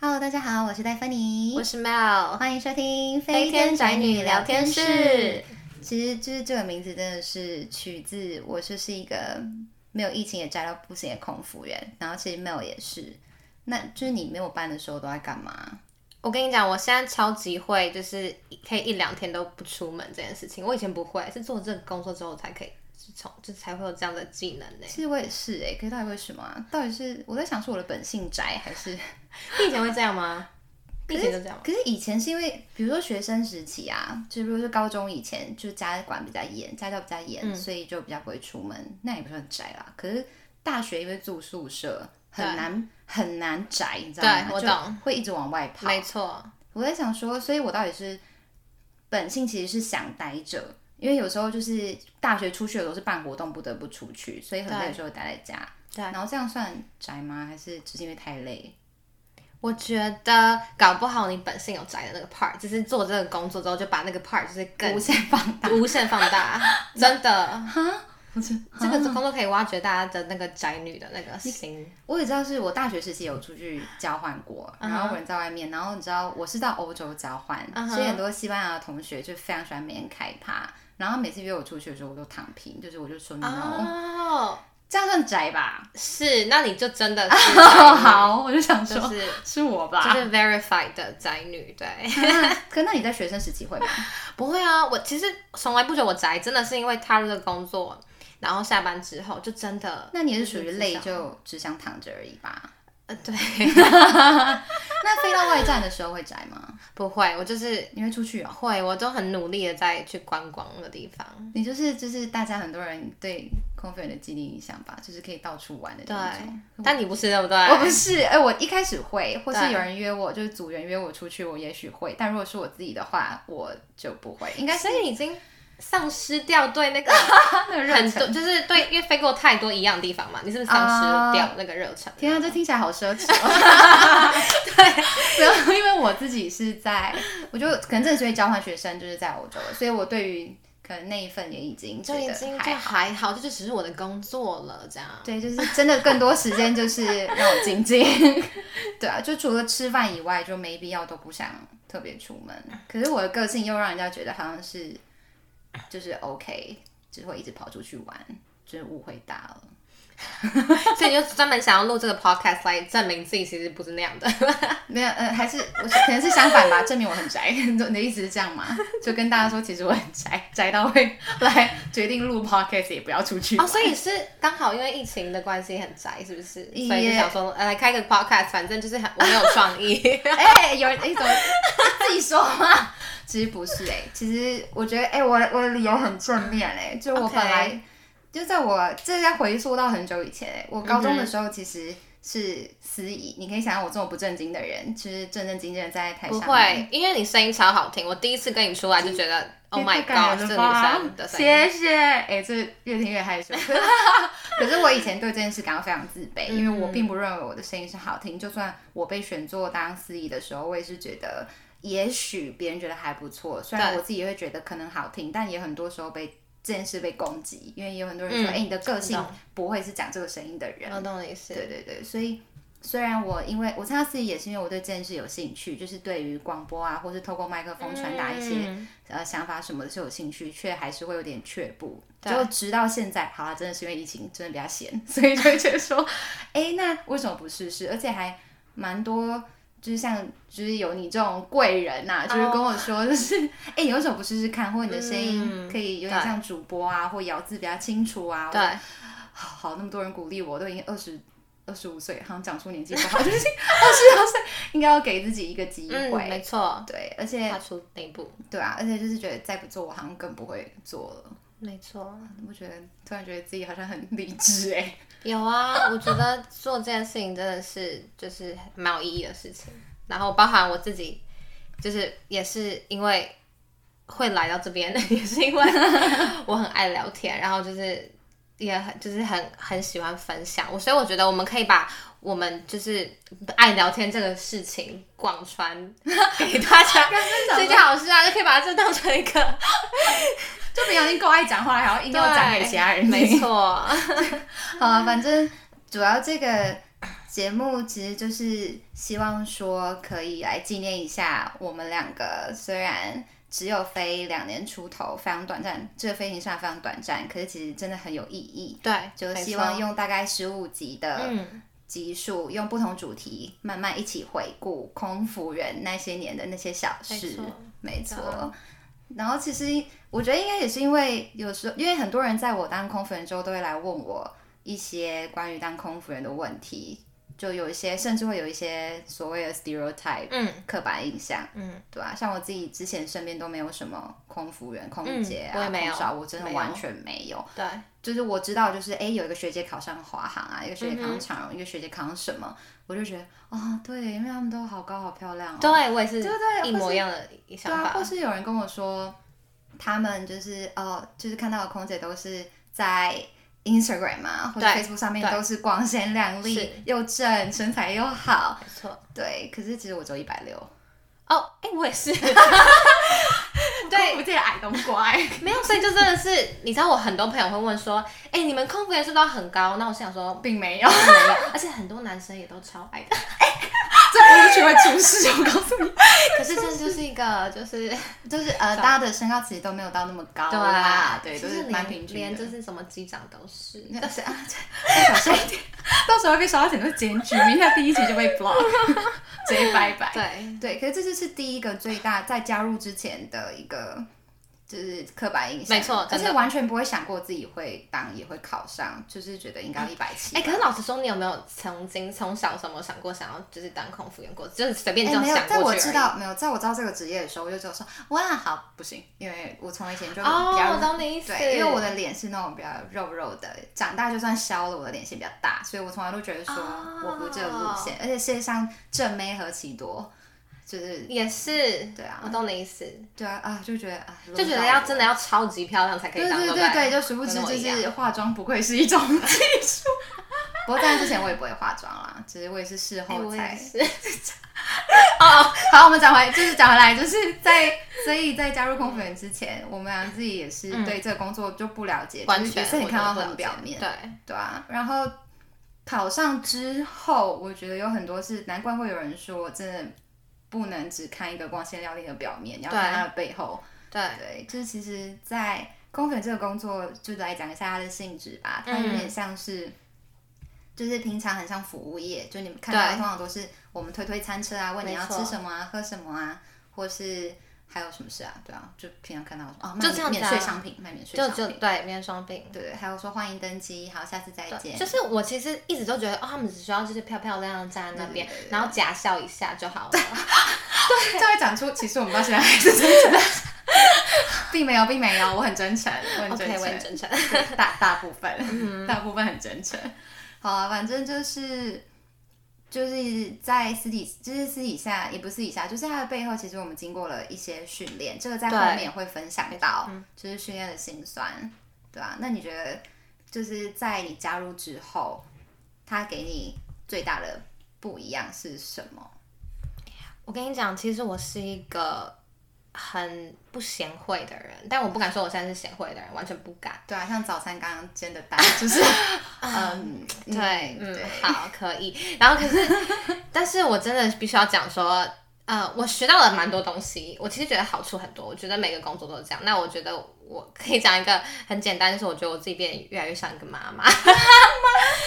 Hello，大家好，我是戴芬妮我，是 Mel，欢迎收听飞天宅女聊天室。其实就是这个名字真的是取自我就是一个没有疫情也宅到不行的空服员，然后其实 Mel 也是。那就是你没有班的时候都在干嘛？我跟你讲，我现在超级会，就是可以一两天都不出门这件事情。我以前不会，是做这个工作之后才可以，是从就才会有这样的技 能呢、其实我也是哎、可是到底为什么啊？到底是我在想是我的本性宅，还是你以前会这样吗？你以前就这样吗？可是以前是因为，比如说学生时期啊，就比如说高中以前，就家管比较严，家教比较严，嗯所以就比较不会出门，那也不是很宅啦。可是大学因为住宿舍，很难很难宅，你知道吗？对我就懂嗯会一直往外跑。没错，我在想说，所以我到底是本性其实是想待着，因为有时候就是大学出去的时候是办活动，不得不出去，所以很累的时候待在家。对然后这样算宅吗？还是只是因为太累？我觉得搞不好你本性有宅的那个 part，只是做这个工作之后就把那个 part 就是更无限放大，无限放大， 真的。我觉得这个工作可以挖掘大家的那个宅女的那个心，我也知道，是我大学时期有出去交换过嗯哼然后我人在外面，然后你知道我是到欧洲交换嗯哼所以很多西班牙的同学就非常喜欢每天开趴，然后每次约我出去的时候，我都躺平，就是我就说 no，、哦，这样算宅 吧？是，那你就真的是宅女，好，我就想说，就是是我 就吧？是 verified 的宅女，对，啊可那你在学生时期会吗？不会啊，我其实从来不觉得我宅，真的是因为踏入这个工作，然后下班之后就真的，那你也是属于累就是只想就只想躺着而已吧？呃对， 那飞到外站的时候会宅吗？不会，我就是你会出去哦？会，我都很努力的在去观光的地方，你就是就是大家很多人对空服员的既定印象吧，就是可以到处玩的对那种。，但你不是对不我对？不是，哎、我一开始会，或是对有人约我，就是组员约我出去，我也许会，但如果是我自己的话，我就不会。 应该是所以你已经丧失掉对那个他那个热很忱。多，就是对，因为飞过太多一样的地方嘛，你是不是丧失掉那个热忱？天啊，这听起来好奢侈、哦。 对，然后因为我自己是在，我就可能真的是因为交换学生就是在欧洲了，所以我对于可能那一份也已经觉就已得经还就还好，这就只是我的工作了，这样。对，就是真的更多时间就是让我静 静。对啊，就除了吃饭以外，就没必要都不想特别出门。可是我的个性又让人家觉得好像是就是 OK，只会一直跑出去玩，就是误会大了。 所以你就专门想要录这个 podcast 来证明自己其实不是那样的。没有，呃，还是我是可能是相反吧，证明我很宅。 你的意思是这样吗？就跟大家说，其实我很宅，宅到会来决定录 podcast 也不要出去哦，所以是 刚好因为疫情的关系很宅，是不 是？也所以就想说，呃，来开个 podcast，反正就是很我没有创 意。哎、有人一种自己说话，其实不是哎、其实我觉得哎、我我的理由很正面哎、就我 OK 本来就在我这要回溯到很久以前、欸，我高中嗯的时候其实是司仪，你可以想象我这么不正经的人，其实正正经经的在台不上会，因为你声音超好听，我第一次跟你出来就觉得，Oh my 太感 God，人是了女吧生的声音。谢谢。哎、这越听越害羞。 可是我以前对这件事感到非常自卑，因为我嗯并不认为我的声音是好听。就算我被选做当司仪的时候，我也是觉得，也许别人觉得还不错，虽然对我自己也会觉得可能好听，但也很多时候被。这件事被攻击，因为也有很多人说：“哎、嗯你的个性不会是讲这个声音的人。”我懂你意思。对对对，所以虽然我因为我参加司仪也是因为我对这件事有兴趣，就是对于广播啊，或是透过麦克风传达一些、嗯呃想法什么的是有兴趣，却还是会有点却步。就直到现在，好啦，真的是因为疫情真的比较闲， 所以就会觉得说，哎、那为什么不试试？而且还蛮多。就是像，就是有你这种贵人呐、哦就是跟我说，就是，哎、你为什么不试试看？或者你的声音嗯可以有点像主播啊，或咬字比较清楚啊，对，好好，那么多人鼓励我，都已经二十二十五岁，好像讲出年纪不好， 就是二十二岁应该要给自己一个机嗯，会。没错，对，而且踏出那一步，对啊，而且就是觉得再不做，我好像更不会做了。没错。我觉得突然觉得自己好像很理智哎、有啊，我觉得做这件事情真的是就是蛮有意义的事情。然后包含我自己，就是也是因为会来到这边， 也是因为我很爱聊天，然后就是也很就是很很喜欢分享。我所以我觉得我们可以把我们就是爱聊天这个事情广传 给大家，想这件好事啊，就可以把这当成一个 就没有已经够爱讲话了，还要硬要讲给其他人听。 没错，好啊，反正主要这个节目其实就是希望说可以来纪念一下我们两个，虽然只有飞两年出头，非常短暂，这个飞行上非常短暂，可是其实真的很有意义。对，就没希错望用大概十五集的嗯，集数，用不同主题慢慢一起回顾空服人那些年的那些小没事错，没错对啊。然后其实我觉得应该也是因为有时候，因为很多人在我当空服人之后都会来问我一些关于当空服人的问题，就有一些甚至会有一些所谓的 stereotype，嗯，刻板印象，嗯，对吧、像我自己之前身边都没有什么空服人、空嗯姐啊、我也没有空少，我真的没有完全没有。对，就是我知道，就是哎、诶有一个学姐考上华航啊，一个学姐考上嗯长荣，一个学姐考上什么，我就觉得啊、哦，对，因为他们都好高好漂亮哦。对我也是，对对一或模是一样的对想啊，法或，是有人跟我说，他们就是哦，就是看到的空姐都是在 Instagram 啊或者对 Facebook 上面对都是光鲜亮是丽，又正，身材又好，没错。对。可是其实我只有一百六，哦，哎，我 也是，对，我自己矮冬瓜、没有，所以就真的是，你知道我很多朋友会问说，哎，你们空服员是不是都很高？那我 想说， 并没有，没有，而且很多男生也都超矮 的。这不是去会出事，我告 诉你，可是这就是一个，就是啊就是呃，大家的身高其实都没有到那么高啦，对，就都是是蛮平均连的就。是什么机长都是。但是 啊，这小 声一点，到时候被刷到整个检举，明天第一集就被 block，直接拜拜。对，对，可是这就是第一个最大在加入之前的一个就是刻板印象，没错而真且的完全不会想过自己会当也会考上，就是觉得应该一百七。哎、可是老实说，你有没有曾经从小什么想过想要就是当空服员过，就是随便这哎样没有想，在过我去而知已道没有，在我知道这个职业的时候，我就只有说哇好不行，因为我从以前就比哦，较我懂你意思，对，因为我的脸是那种比较肉肉的，长大就算消了，我的脸型比较大，所以我从来都觉得说哦我不这个路线，而且世界上正妹何其多，就是也是，对啊我懂你意思，对啊啊，就觉得啊，就觉得要真的要超级漂亮才可以对当，对不对对，对，就殊不知跟我就一样是化妆不愧是一种技术。 不过在那之前我也不会化妆啦，只是我也是事哎后我也才。是， 好，我们讲回就是讲回来，就是 在所以在加入空服员之前，我们俩自己也是对这个工作就不了解，嗯完就是全也是你我看到都不了很表解面，对，对啊。然后考上之后，我觉得有很多是难怪会有人说，真的不能只看一个光鲜亮丽的表面，你要看对它的背后。对，对，就是其实，在空粉这个工作，就来讲一下它的性质吧。它有嗯点像是，就是平常很像服务业，就你们看到的对通常都是我们推推餐车啊，问你没要吃错什么啊，喝什么啊，或是还有什么事啊？对啊，就平常看到什么哦，卖就免这样子免啊税商品，卖免税就商就品，对，免双病。对对，还有说欢迎登机，好，下次再见。就是我其实一直都觉得，哦，他们只需要就是漂漂亮亮站在那边对对对，对然后假笑一下就 好了。 这样会讲出，其实我们到现在还是真诚的， 并没有，并没有，我很真诚，我很 OK，真诚我很。真诚。嗯大大部分，大部分很真诚。好啊，反正就是就是在私底，就是私底下，也不是私底下，就是它的背后，其实我们经过了一些训练，这个在对后面也会分享到，就是训练的辛酸，对啊，那你觉得，就是在你加入之后，它给你最大的不一样是什么？我跟你讲，其实我是一个很不贤惠的人，但我不敢说我现在是贤惠的人，完全不敢。对啊，像早餐刚刚煎的蛋， 就是，嗯，啊对，嗯对，，好，可以。然后可是，但是我真的必须要讲说，呃，我学到了蛮多东西。我其实觉得好处很多，我觉得每个工作都是这样。那我觉得我可以讲一个很简单，就是我觉得我自己变得越来越像一个妈 妈。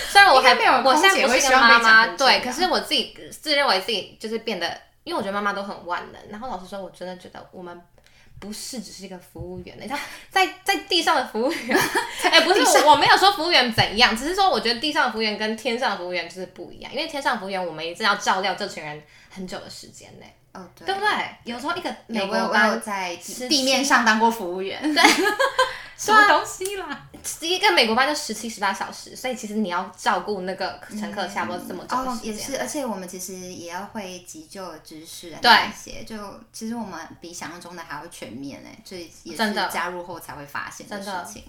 虽然我还应该没有我空现在姐不会是一希个望妈被讲妈，成这对，样可是我自己自认为自己就是变得，因为我觉得妈妈都很万能。然后老实说，我真的觉得我们。不是只是一个服务员，你知道，在在地上的服务员， 哎、不是我我没有说服务员怎样，只是说我觉得地上的服务员跟天上的服务员就是不一样，因为天上的服务员我们一直要照料这群人很久的时间呢、哦，对对不对？有时候一个美有我国有我有班，啊在地失地去面上当过服务 员，对，什么东西啦？一个美国班就十七十八小时，所以其实你要照顾那个乘客差不多这么久的哦，时也间。啊是，而且我们其实也要会急救的知识啊，对那些就其实我们比想象中的还要全面哎，这也真是的加入后才会发现的真事的情。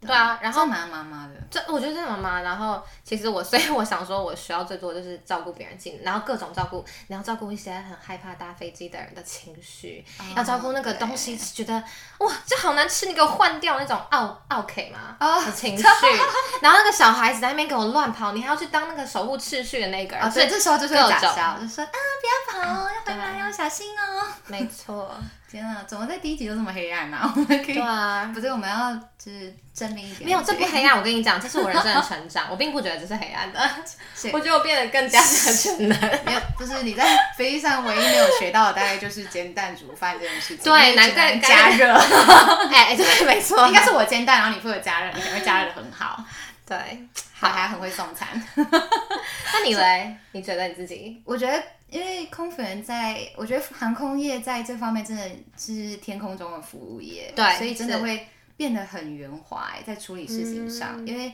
对啊，然后这蛮妈妈的，这我觉得这是妈妈。然后其实我， 所以我想说，我学到最多就是照顾别人情，然后各种照顾，你要照顾一些很害怕搭飞机的人的情绪，哦要照顾那个东西，觉得哇，这好难吃，你给我换掉那种傲傲 K 嘛、哦 的情绪。然后那个小孩子在那边给我乱跑，你还要去当那个守护秩序的那个人。啊，所以对，这时候就是各会假种嗯笑，就说啊不要跑，要回来要小心哦。没 错，天啊，怎么在第一集就这么黑暗呢、 我们可以对啊。不对，我们要就是正面一点。没有，这不黑暗。我跟你讲，这是我人生 的成长。我并不觉得这是黑暗的，是我觉得我变得更加 的全能。没有，就是你在飞机上唯一没有学到的，大概就是煎蛋煮饭这件事情。对因为只难怪能该加热， 哎、对，没错，应该是我煎蛋，然后你负责加热，你可能会加热的很好，对。好还很会送餐。那你嘞？你觉得你自己？我觉得，因为空服员在，我觉得航空业在这方面真的是天空中的服务业，对所以真的是会变得很圆滑、欸在处理事情上，嗯因为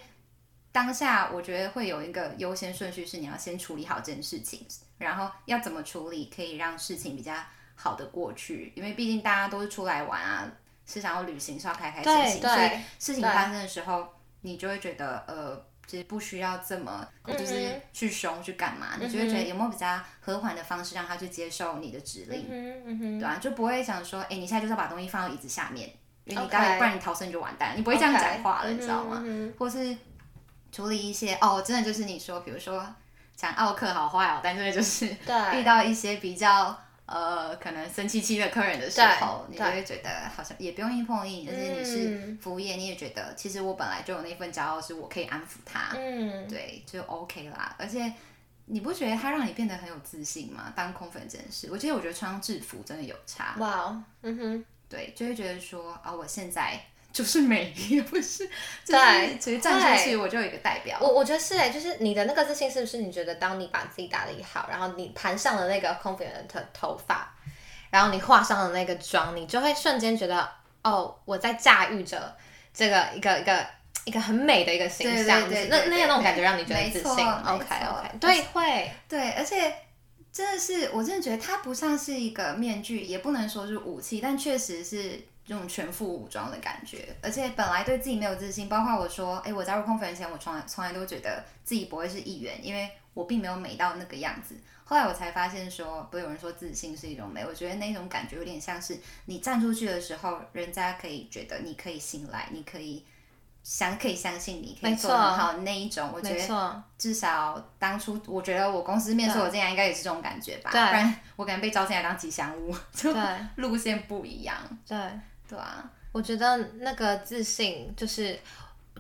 当下我觉得会有一个优先顺序，是你要先处理好这件事情，然后要怎么处理可以让事情比较好的过去，因为毕竟大家都是出来玩啊，是想要旅行，是要开开心心，对所以对事情发生的时候，你就会觉得呃，其实不需要这么嗯就是去凶去干嘛，你就会觉得有没有比较和缓的方式让他去接受你的指令，嗯嗯哼，对啊，就不会想说，哎、你现在就是要把东西放到椅子下面，因为你 OK 待会不然你逃生就完蛋，你不会这样讲话了，你知道吗？嗯或是处理一些哦，真的就是你说，比如说讲奥克好坏哦，但是就是对遇到一些比较呃可能生气气的客人的时候，对你就会觉得好像也不用硬碰硬，而且你是嗯服务业，你也觉得其实我本来就有那份骄傲，是我可以安抚他，嗯，对，就 OK 啦。而且你不觉得他让你变得很有自信吗？当空粉这件事，我记得我觉得穿制服真的有差，哇哦，嗯哼，对，就会觉得说啊，我现在。就是美，也 不是，就是对其实站上去对我就有一个代表，我我觉得是哎，就是你的那个自信是不是？你觉得当你把自己打理好，然后你盘上了那个空服员的头发，然后你化上了那个妆，你就会瞬间觉得哦，我在驾驭着这个一个一个一个很美的一个形对对象，对对那那对个那种对感觉让你觉得没自错信。没 OK 错 OK，对，会，对，而且真的是，我真的觉得它不像是一个面具，也不能说是武器，但确实是这种全副武装的感觉。而且本来对自己没有自信，包括我说，哎，我加入空服人前，我从来从来都觉得自己不会是议员，因为我并没有美到那个样子。后来我才发现说，不是有人说自信是一种美，我觉得那种感觉有点像是你站出去的时候，人家可以觉得你可以信赖，你可以相可以相信你，可以没做得错很好的那一种。我觉没得错，至少当初我觉得我公司面试我进来应该也是这种感觉吧，不对然我可能被招进来当吉祥物， 就对路线不一样，对。对啊，我觉得那个自信就是，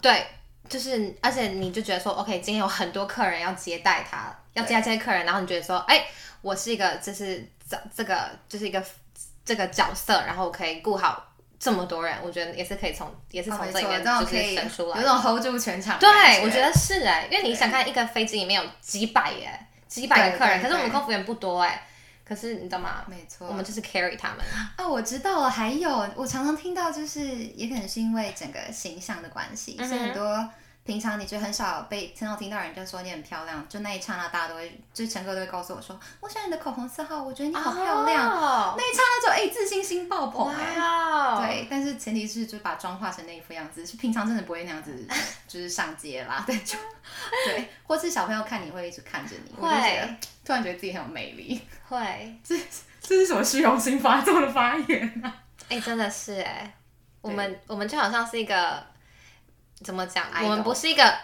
对，就是，而且你就觉得说，OK，今天有很多客人要接待他，要接待这些客人，然后你觉得说，哎、我是一个，就是这这个就是一个这个角色，然后我可以顾好这么多人，我觉得也是可以从也是哦从没这里错面这种就可以是省出来有的。种 hold 住全场的对感，我觉得是哎、因为你想看一个飞机里面有几百耶，几百个客人，对对可是我们对空服员不多哎，可是你知道吗？没错，我们就是 carry 他们，啊，我知道了。还有，我常常听到，就是也可能是因为整个形象的关系，嗯所以很多平常你觉得很少被很少听到人家说你很漂亮，就那一刹那大家都会，就是乘客都会告诉我说，我喜欢你的口红色号，我觉得哦你好漂亮。亮，那一刹那就哎、自信心爆棚哎、哇哦，对，但是前提是就把妆化成那一副样子，是平常真的不会那样 子，就是上街啦，对，就对，或是小朋友看你会一直看着你，我就觉得会突然觉得自己很有魅力， 会，哎、这是什么虚荣心发作的发言啊？真的是哎、我们我们就好像是一个怎么讲？ Idol 我们不是一个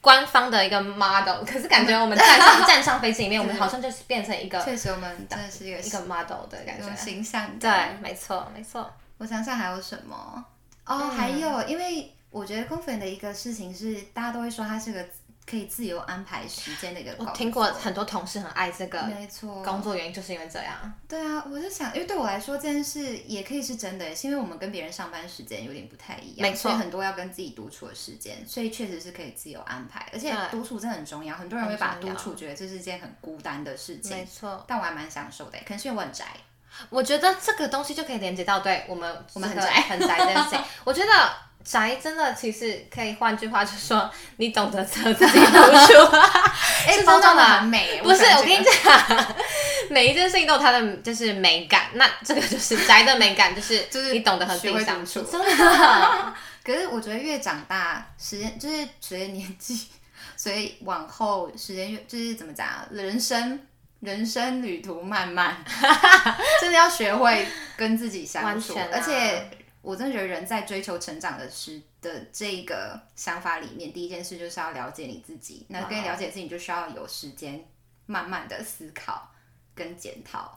官方的一个 model，可是感嗯觉我们 站上站上飞机里面，我们好像就是变成一个确实，我们真的是一个啊一个 model 的感有觉。形象对感。，没错，没错。我想想还有什么？哦，还有，因为我觉得空服员的一个事情是，大家都会说他是个可以自由安排时间的一个工我作，听过很多同事很爱这个没错，工作，原因就是因为这样。对啊，我就想，因为对我来说这件事也可以是真的，是因为我们跟别人上班时间有点不太一样，没错所以很多要跟自己独处的时间，所以确实是可以自由安排，而且对独处真的很重要，很多人会把很重独要处觉得这是一件很孤单的事情，没错，但我还蛮享受的，可能是因为我很宅，我觉得这个东西就可以连接到对我们我们很这个宅很宅这件事 情。我觉得宅真的其实可以，换句话就说，你懂得测自己读书。 哎、是包装真的的很美，不是，感觉我跟你讲， 每一件事情都有它的就是美感，那这个就是宅的美感，就是就是你懂得和自学己会相独处， 处真的可是我觉得越长大，时间就是随着年纪，所以往后时间越就是怎么讲啊，人生人生旅途漫漫， 真的要学会跟自己相完处，全啊而且。我真的觉得人在追求成长的时的这个想法里面，第一件事就是要了解你自己。那跟了解自己，你就需要有时间慢慢的思考跟检讨，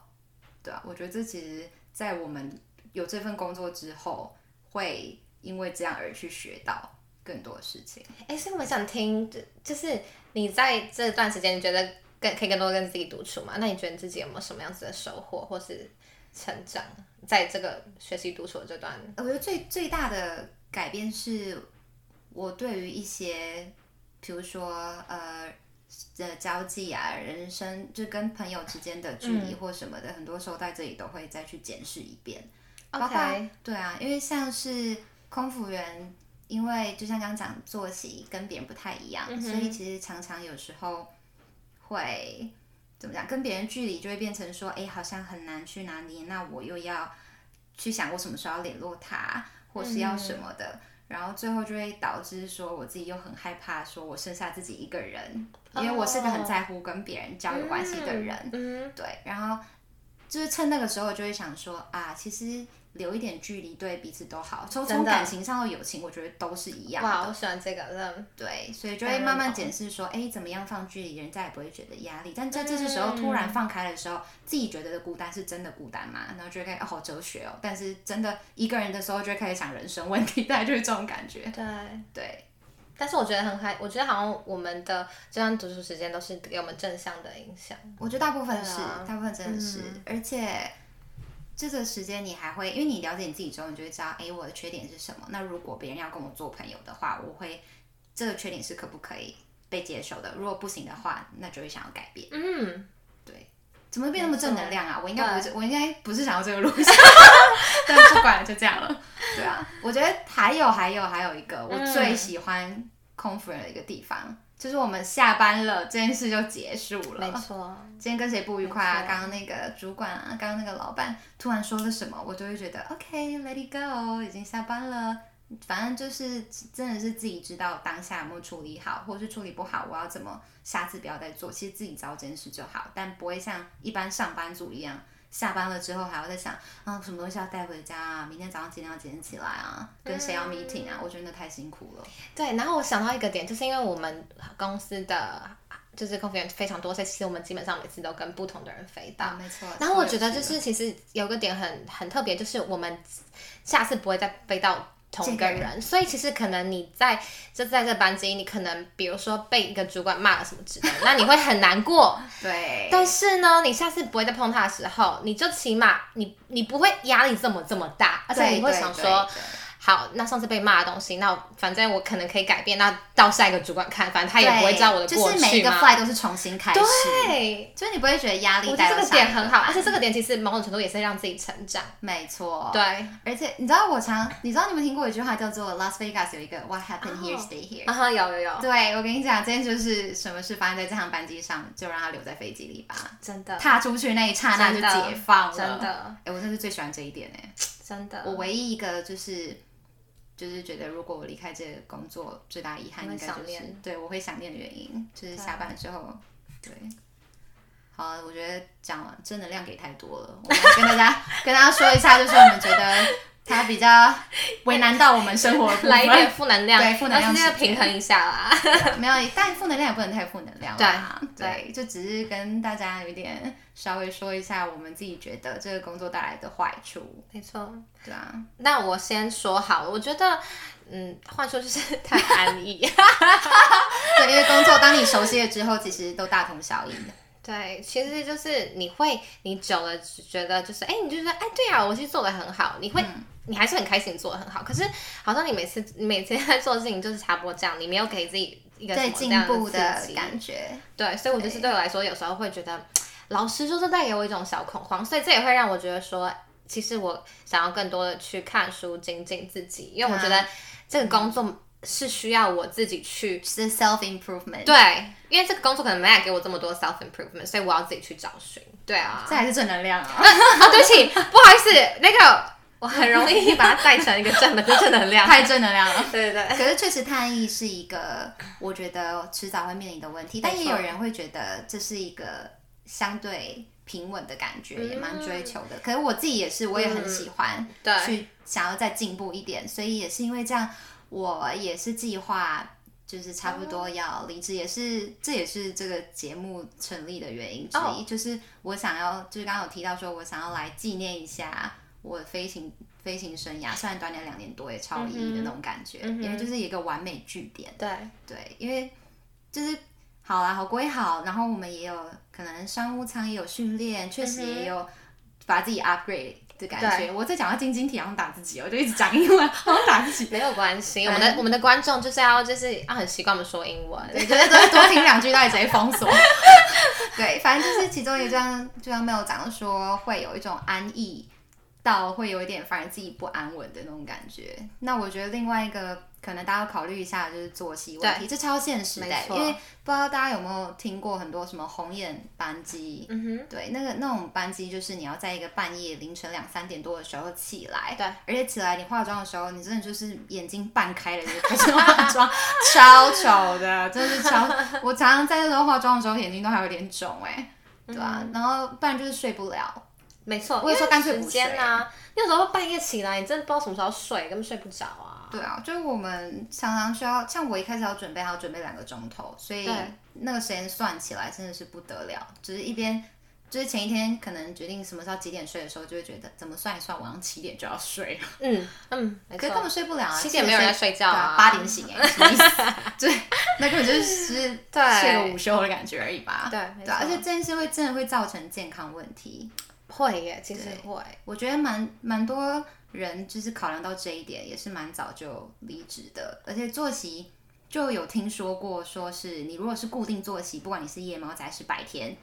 对啊，我觉得这其实，在我们有这份工作之后，会因为这样而去学到更多事情。哎，所以我想听，就就是你在这段时间，你觉得更可以更多跟自己独处吗？那你觉得你自己有没有什么样子的收获或是成长，在这个学习独处的这段？呃我觉得最最大的改变是，我对于一些，比如说呃的交际啊，人生就跟朋友之间的距离或什么的，很多时候在这里都会再去检视一遍。包括 OK 对啊，因为像是空服员，因为就像刚刚讲作息跟别人不太一样，嗯哼所以其实常常有时候会怎么讲，跟别人距离就会变成说，哎，好像很难去哪里，那我又要去想我什么时候要联络他，或是嗯要什么的。然后最后就会导致说，我自己又很害怕，说我剩下自己一个人，因为我是个很在乎跟别人交友关系的人，哦嗯，对，然后就是趁那个时候就会想说啊，其实留一点距离对彼此都好，从真从的感情上到友情，我觉得都是一样哇，的。我喜欢这个，嗯，对，所以就当会然慢慢懂检视说，哎，怎么样放距离，人家也不会觉得压力。但在这些时候嗯突然放开的时候，自己觉得的孤单是真的孤单嘛？然后就会开始哦，好哲学哦。但是真的一个人的时候，就会开始想人生问题，大概就是这种感觉。对。对，但是我觉得很嗨，我觉得好像我们的这段独处时间都是给我们正向的影响。我觉得大部分对是，啊大部分真的是，而且这个时间你还会，因为你了解你自己之后，你就会知道，哎，我的缺点是什么。那如果别人要跟我做朋友的话，我会这个缺点是可不可以被接受的？如果不行的话，那就会想要改变。嗯，怎么会变那么没错正能量啊？我应该不是，我应该不是想要这个路 线，但不管了，就这样了。对啊，我觉得还有还有还有一个我嗯最喜欢空服人的一个地方，就是我们下班了，这件事就结束了。没错，今天跟谁不愉快啊没？错刚刚那个主管啊，刚刚那个老板突然说了什么，我就会觉得 OK，let、it go，已经下班了。反正就是真的是自己知道当下有没有处理好，或是处理不好，我要怎么下次不要再做。其实自己知道这件事就好，但不会像一般上班族一样，下班了之后还要在想啊什么东西要带回家啊，明天早上几点要几点起来啊，跟谁嗯要 meeting 啊，我觉得那太辛苦了。对，然后我想到一个点，就是因为我们公司的就是空服员非常多，所以其实我们基本上每次都跟不同的人飞到。啊，没错。然后我超有觉得就趣的是其实有个点很很特别，就是我们下次不会再飞到同一个这个人，所以其实可能你在就在这班级，你可能比如说被一个主管骂了什么之类的，那你会很难过。 对，但是呢，你下次不会再碰他的时候，你就起码你你不会压力这么这么大，而且对你会对想对说。对好，那上次被骂的东西，那我反正我可能可以改变，那到下一个主管看，反正他也不会知道我的对过就是每一去个嘛。 fly 都是重新开始，，对，所以你不会觉得压力我觉带得到这个下一点很好，而且这个个点其实某种程度也是让自己成长。没错，， 对，而且你知道我常，你知道你们听过一句话叫做 Las Vegas 有一个 What happened here 哦 stay here，、啊哈，有有有，对我跟你讲，这件就是什么事发生在这趟班机上，就让它留在飞机里吧，真的，踏出去那一刹那就真的解放了，真，的，哎，我真是最喜欢这一点哎、真的，我唯一一个就是就是觉得，如果我离开这个工作，最大遗憾你会应该就想是念对我会想念的嗯原因，就是下班之后，对。好，我觉得讲完正能量给太多了，我们来跟大 家跟大家说一下，就是我们觉得它比较为难到我们生活的部分来一点负能量，对负能量但是要时间平衡一下啦。没有，但负能量也不能太负能量啦。对，就只是跟大家有一点稍微说一下我们自己觉得这个工作带来的坏处，没错，对啊，那我先说好了，我觉得，嗯，话说就是太安 逸。 对，因为工作当你熟悉了之后，其实都大同小异的。对，其实就是你会，你久了只觉得就是，哎，你就觉得，哎，对啊，我其实做的很好，你会，你还是很开心做的很好。可是好像你每次你每次在做的事情就是差不多这样，你没有给自己一个什对么进这样步的刺激感觉，对，所以我就是对我来说，有时候会觉得，老师就是带给我一种小恐慌，所以这也会让我觉得说，其实我想要更多的去看书，精进自己，因为我觉得这个工作是需要我自己去。是 self improvement。，对，因为这个工作可能没带给我这么多 self improvement，所以我要自己去找寻。对啊， 这还是正能量啊！啊，对不起，不好意思，那个我很容 易把它带成一个正能正能量。太正能量了。 对对对，可是确实，探疫是一个我觉得迟早会面临的问题，但也有人会觉得这是一个相对平稳的感觉，也蛮追求的。可是我自己也是，我也很喜欢嗯对去想要再进步一点，所以也是因为这样，我也是计划。就是差不多要离职，也是这也是这个节目成立的原因之一。哦就是我想要，就是刚刚有提到说，我想要来纪念一下我飞行飞行生涯，虽然短短两年多，也超有意义的那种感觉，嗯哼因为就是一个完美据点。对，对，因为就是好啊啦，好归好，然后我们也有可能商务舱也有训练，确实嗯也有把自己 upgrade 的感觉。我在讲到晶晶体，好像打自己哦，我就一直讲英文，好像打自己。没有关系。我们的我们的观众就是要就是要很习惯我们说英文。 对，就是多多听两句，到底直接封锁。 对，反正就是其中一段，就像没有讲到说，会有一种安逸到会有一点反而自己不安稳的那种感觉。那我觉得另外一个可能大家要考虑一下，就是作息问题，这超现实的没，因错为不知道大家有没有听过很多什么红眼班机。嗯哼，对，那个那种班机就是你要在一个半夜凌晨两三点多的时候起来，对，而且起来你化妆的时候，你真的就是眼睛半开了你就开始化妆， 超丑的，真的是超。我常常在那时候化妆的时候，眼睛都还有点肿哎、对啊，嗯然后不然就是睡不了，没错。我有时候干脆因为不时间啊，你有时候半夜起来，你真的不知道什么时候睡，根本睡不着 啊。对啊，就是我们常常需要，像我一开始要准备，还要准备两个钟头，所以对那个时间算起来真的是不得了。就是一边，就是前一天可能决定什么时候几点睡的时候，就会觉得怎么算一算，晚上七点就要睡，嗯嗯，没可错是。根本睡不了啊，七点没有人在睡觉啊对八点醒 哎，什么意思？ 对，那根本就是对睡个午休的感觉而已吧。对没对啊，错而且这件事会真的会造成健康问题。会耶，其实对会。我觉得蛮蛮多人就是考量到这一点，也是蛮早就离职的，而且作息就有听说过，说是你如果是固定作息，不管你是夜猫子还是白天，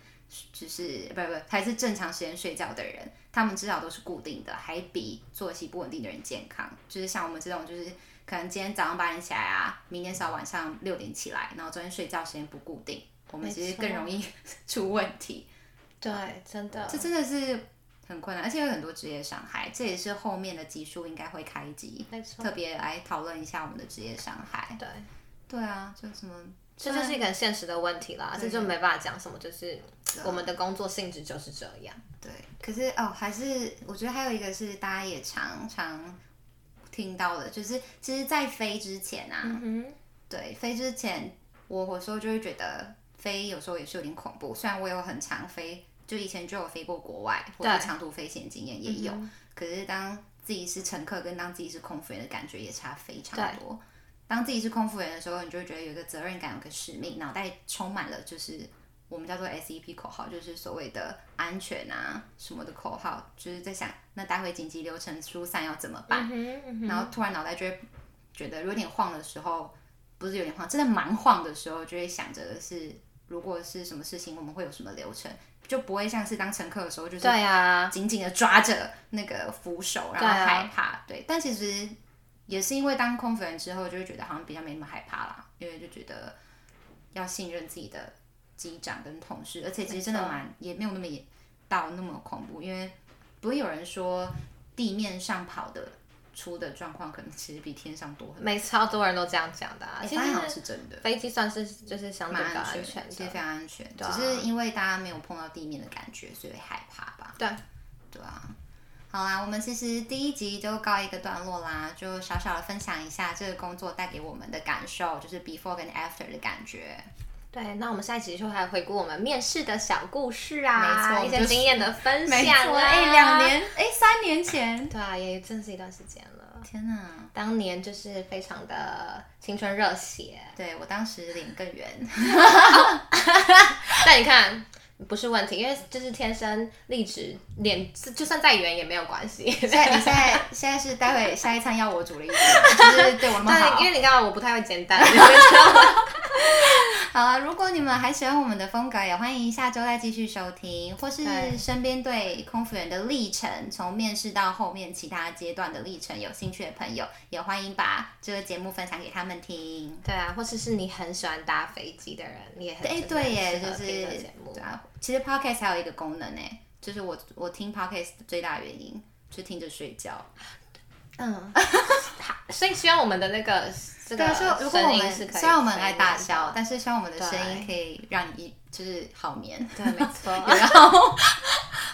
只是不不还是正常时间睡觉的人，他们至少都是固定的，还比作息不稳定的人健康。就是像我们这种，就是可能今天早上八点起来啊，明天早晚上六点起来，然后昨天睡觉时间不固定，我们其实没错更容易 出问题。对，真的。这真的是很困难，而且有很多职业伤害，这也是后面的集数应该会开一集，没错。特别来讨论一下我们的职业伤害。对。对啊，就什么这就是一个很现实的问题啦，这就没办法讲什么，就是对我们的工作性质就是这样。对，可是哦，还是我觉得还有一个是大家也常常听到的，就是其实，在飞之前啊，嗯哼，对，飞之前我有时候就会觉得飞有时候也是有点恐怖，虽然我有很常飞，就以前就有飞过国外或者对长途飞行的经验也有，可是当自己是乘客跟当自己是空服员的感觉也差非常多。当自己是空服员的时候，你就会觉得有一个责任感，有个使命，脑袋充满了就是我们叫做 SEP 口号，就是所谓的安全啊什么的口号，就是在想那待会紧急流程疏散要怎么办。嗯哼，嗯哼然后突然脑袋就会觉得有点晃的时候，不是有点晃，真的蛮晃的时候，就会想着的是，如果是什么事情，我们会有什么流程，就不会像是当乘客的时候，就是对啊呀，紧紧的抓着那个扶手，然后对啊害怕。对，但其实也是因为当空服员之后，就会觉得好像比较没那么害怕啦，因为就觉得要信任自己的机长跟同事，而且其实真的没错蛮也没有那么严到那么恐怖，因为不会有人说地面上跑的出的状况，可能其实比天上多很多。没超多人都这样讲的啊。哎其发现好像实是真的。飞机算是就是相对蛮比较安安全全的，其实的，非常安全，对啊只是因为大家没有碰到地面的感觉，所以会害怕吧。对，对啊。好啦，我们其实第一集就告一个段落啦，就小小的分享一下这个工作带给我们的感受，就是 before 跟 after 的感觉。对，那我们下一集就还回顾我们面试的小故事啊，没错一我们就些是经验的分享啊。哎，两，年，哎，三年前，对啊，也真是一段时间了。天哪！当年就是非常的青春热血，对我当时脸更圆，但你看不是问题，因为就是天生丽质，脸就算再圆也没有关系。现在你现在现在是待会下一餐要我煮了一点，就是对我那 么好对，因。为你刚刚我不太会煎 蛋，你知道吗好了，如果你们还喜欢我们的风格，也欢迎下周再继续收听，或是对身边对空服员的历程，从面试到后面其他阶段的历程有兴趣的朋友，也欢迎把这个节目分享给他们听。对啊，或者是你很喜欢搭飞机的人，你也很哎、对耶，就就是啊是很适合听这个节目对啊，其实 podcast 还有一个功能呢，就是我我听 podcast 最大的原因就听着睡觉。嗯，所以希望我们的那个这对啊，个所以如果我声音们是可以，虽然我们爱大笑，，但是希望我们的对声音可以让你一就是好眠。对，没错。然后，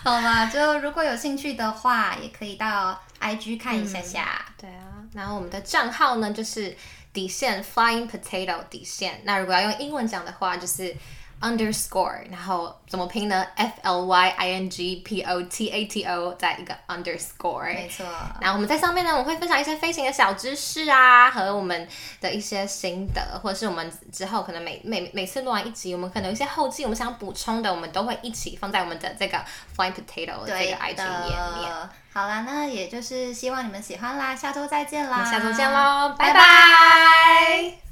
好嘛，就如果有兴趣的话，也可以到 IG 看一下下。对啊，然后我们的账号呢就是底线 Flying Potato 底线。那如果要用英文讲的话，就是 underscore，然后怎么拼呢？F L Y I N G P O T A T O 再一个 underscore 没。错，然后我们在上面呢，我们会分享一些飞行的小知识啊，和我们的一些心得，或者是我们之后可能每每每次录完一集，我们可能有一些后记，我们想补充的，我们都会一起放在我们的这个 Flying Potato 这对个 IG 页面。的。好啦，那嗯也就是希望你们喜欢啦，下周再见我啦，们下周见。喽，拜拜拜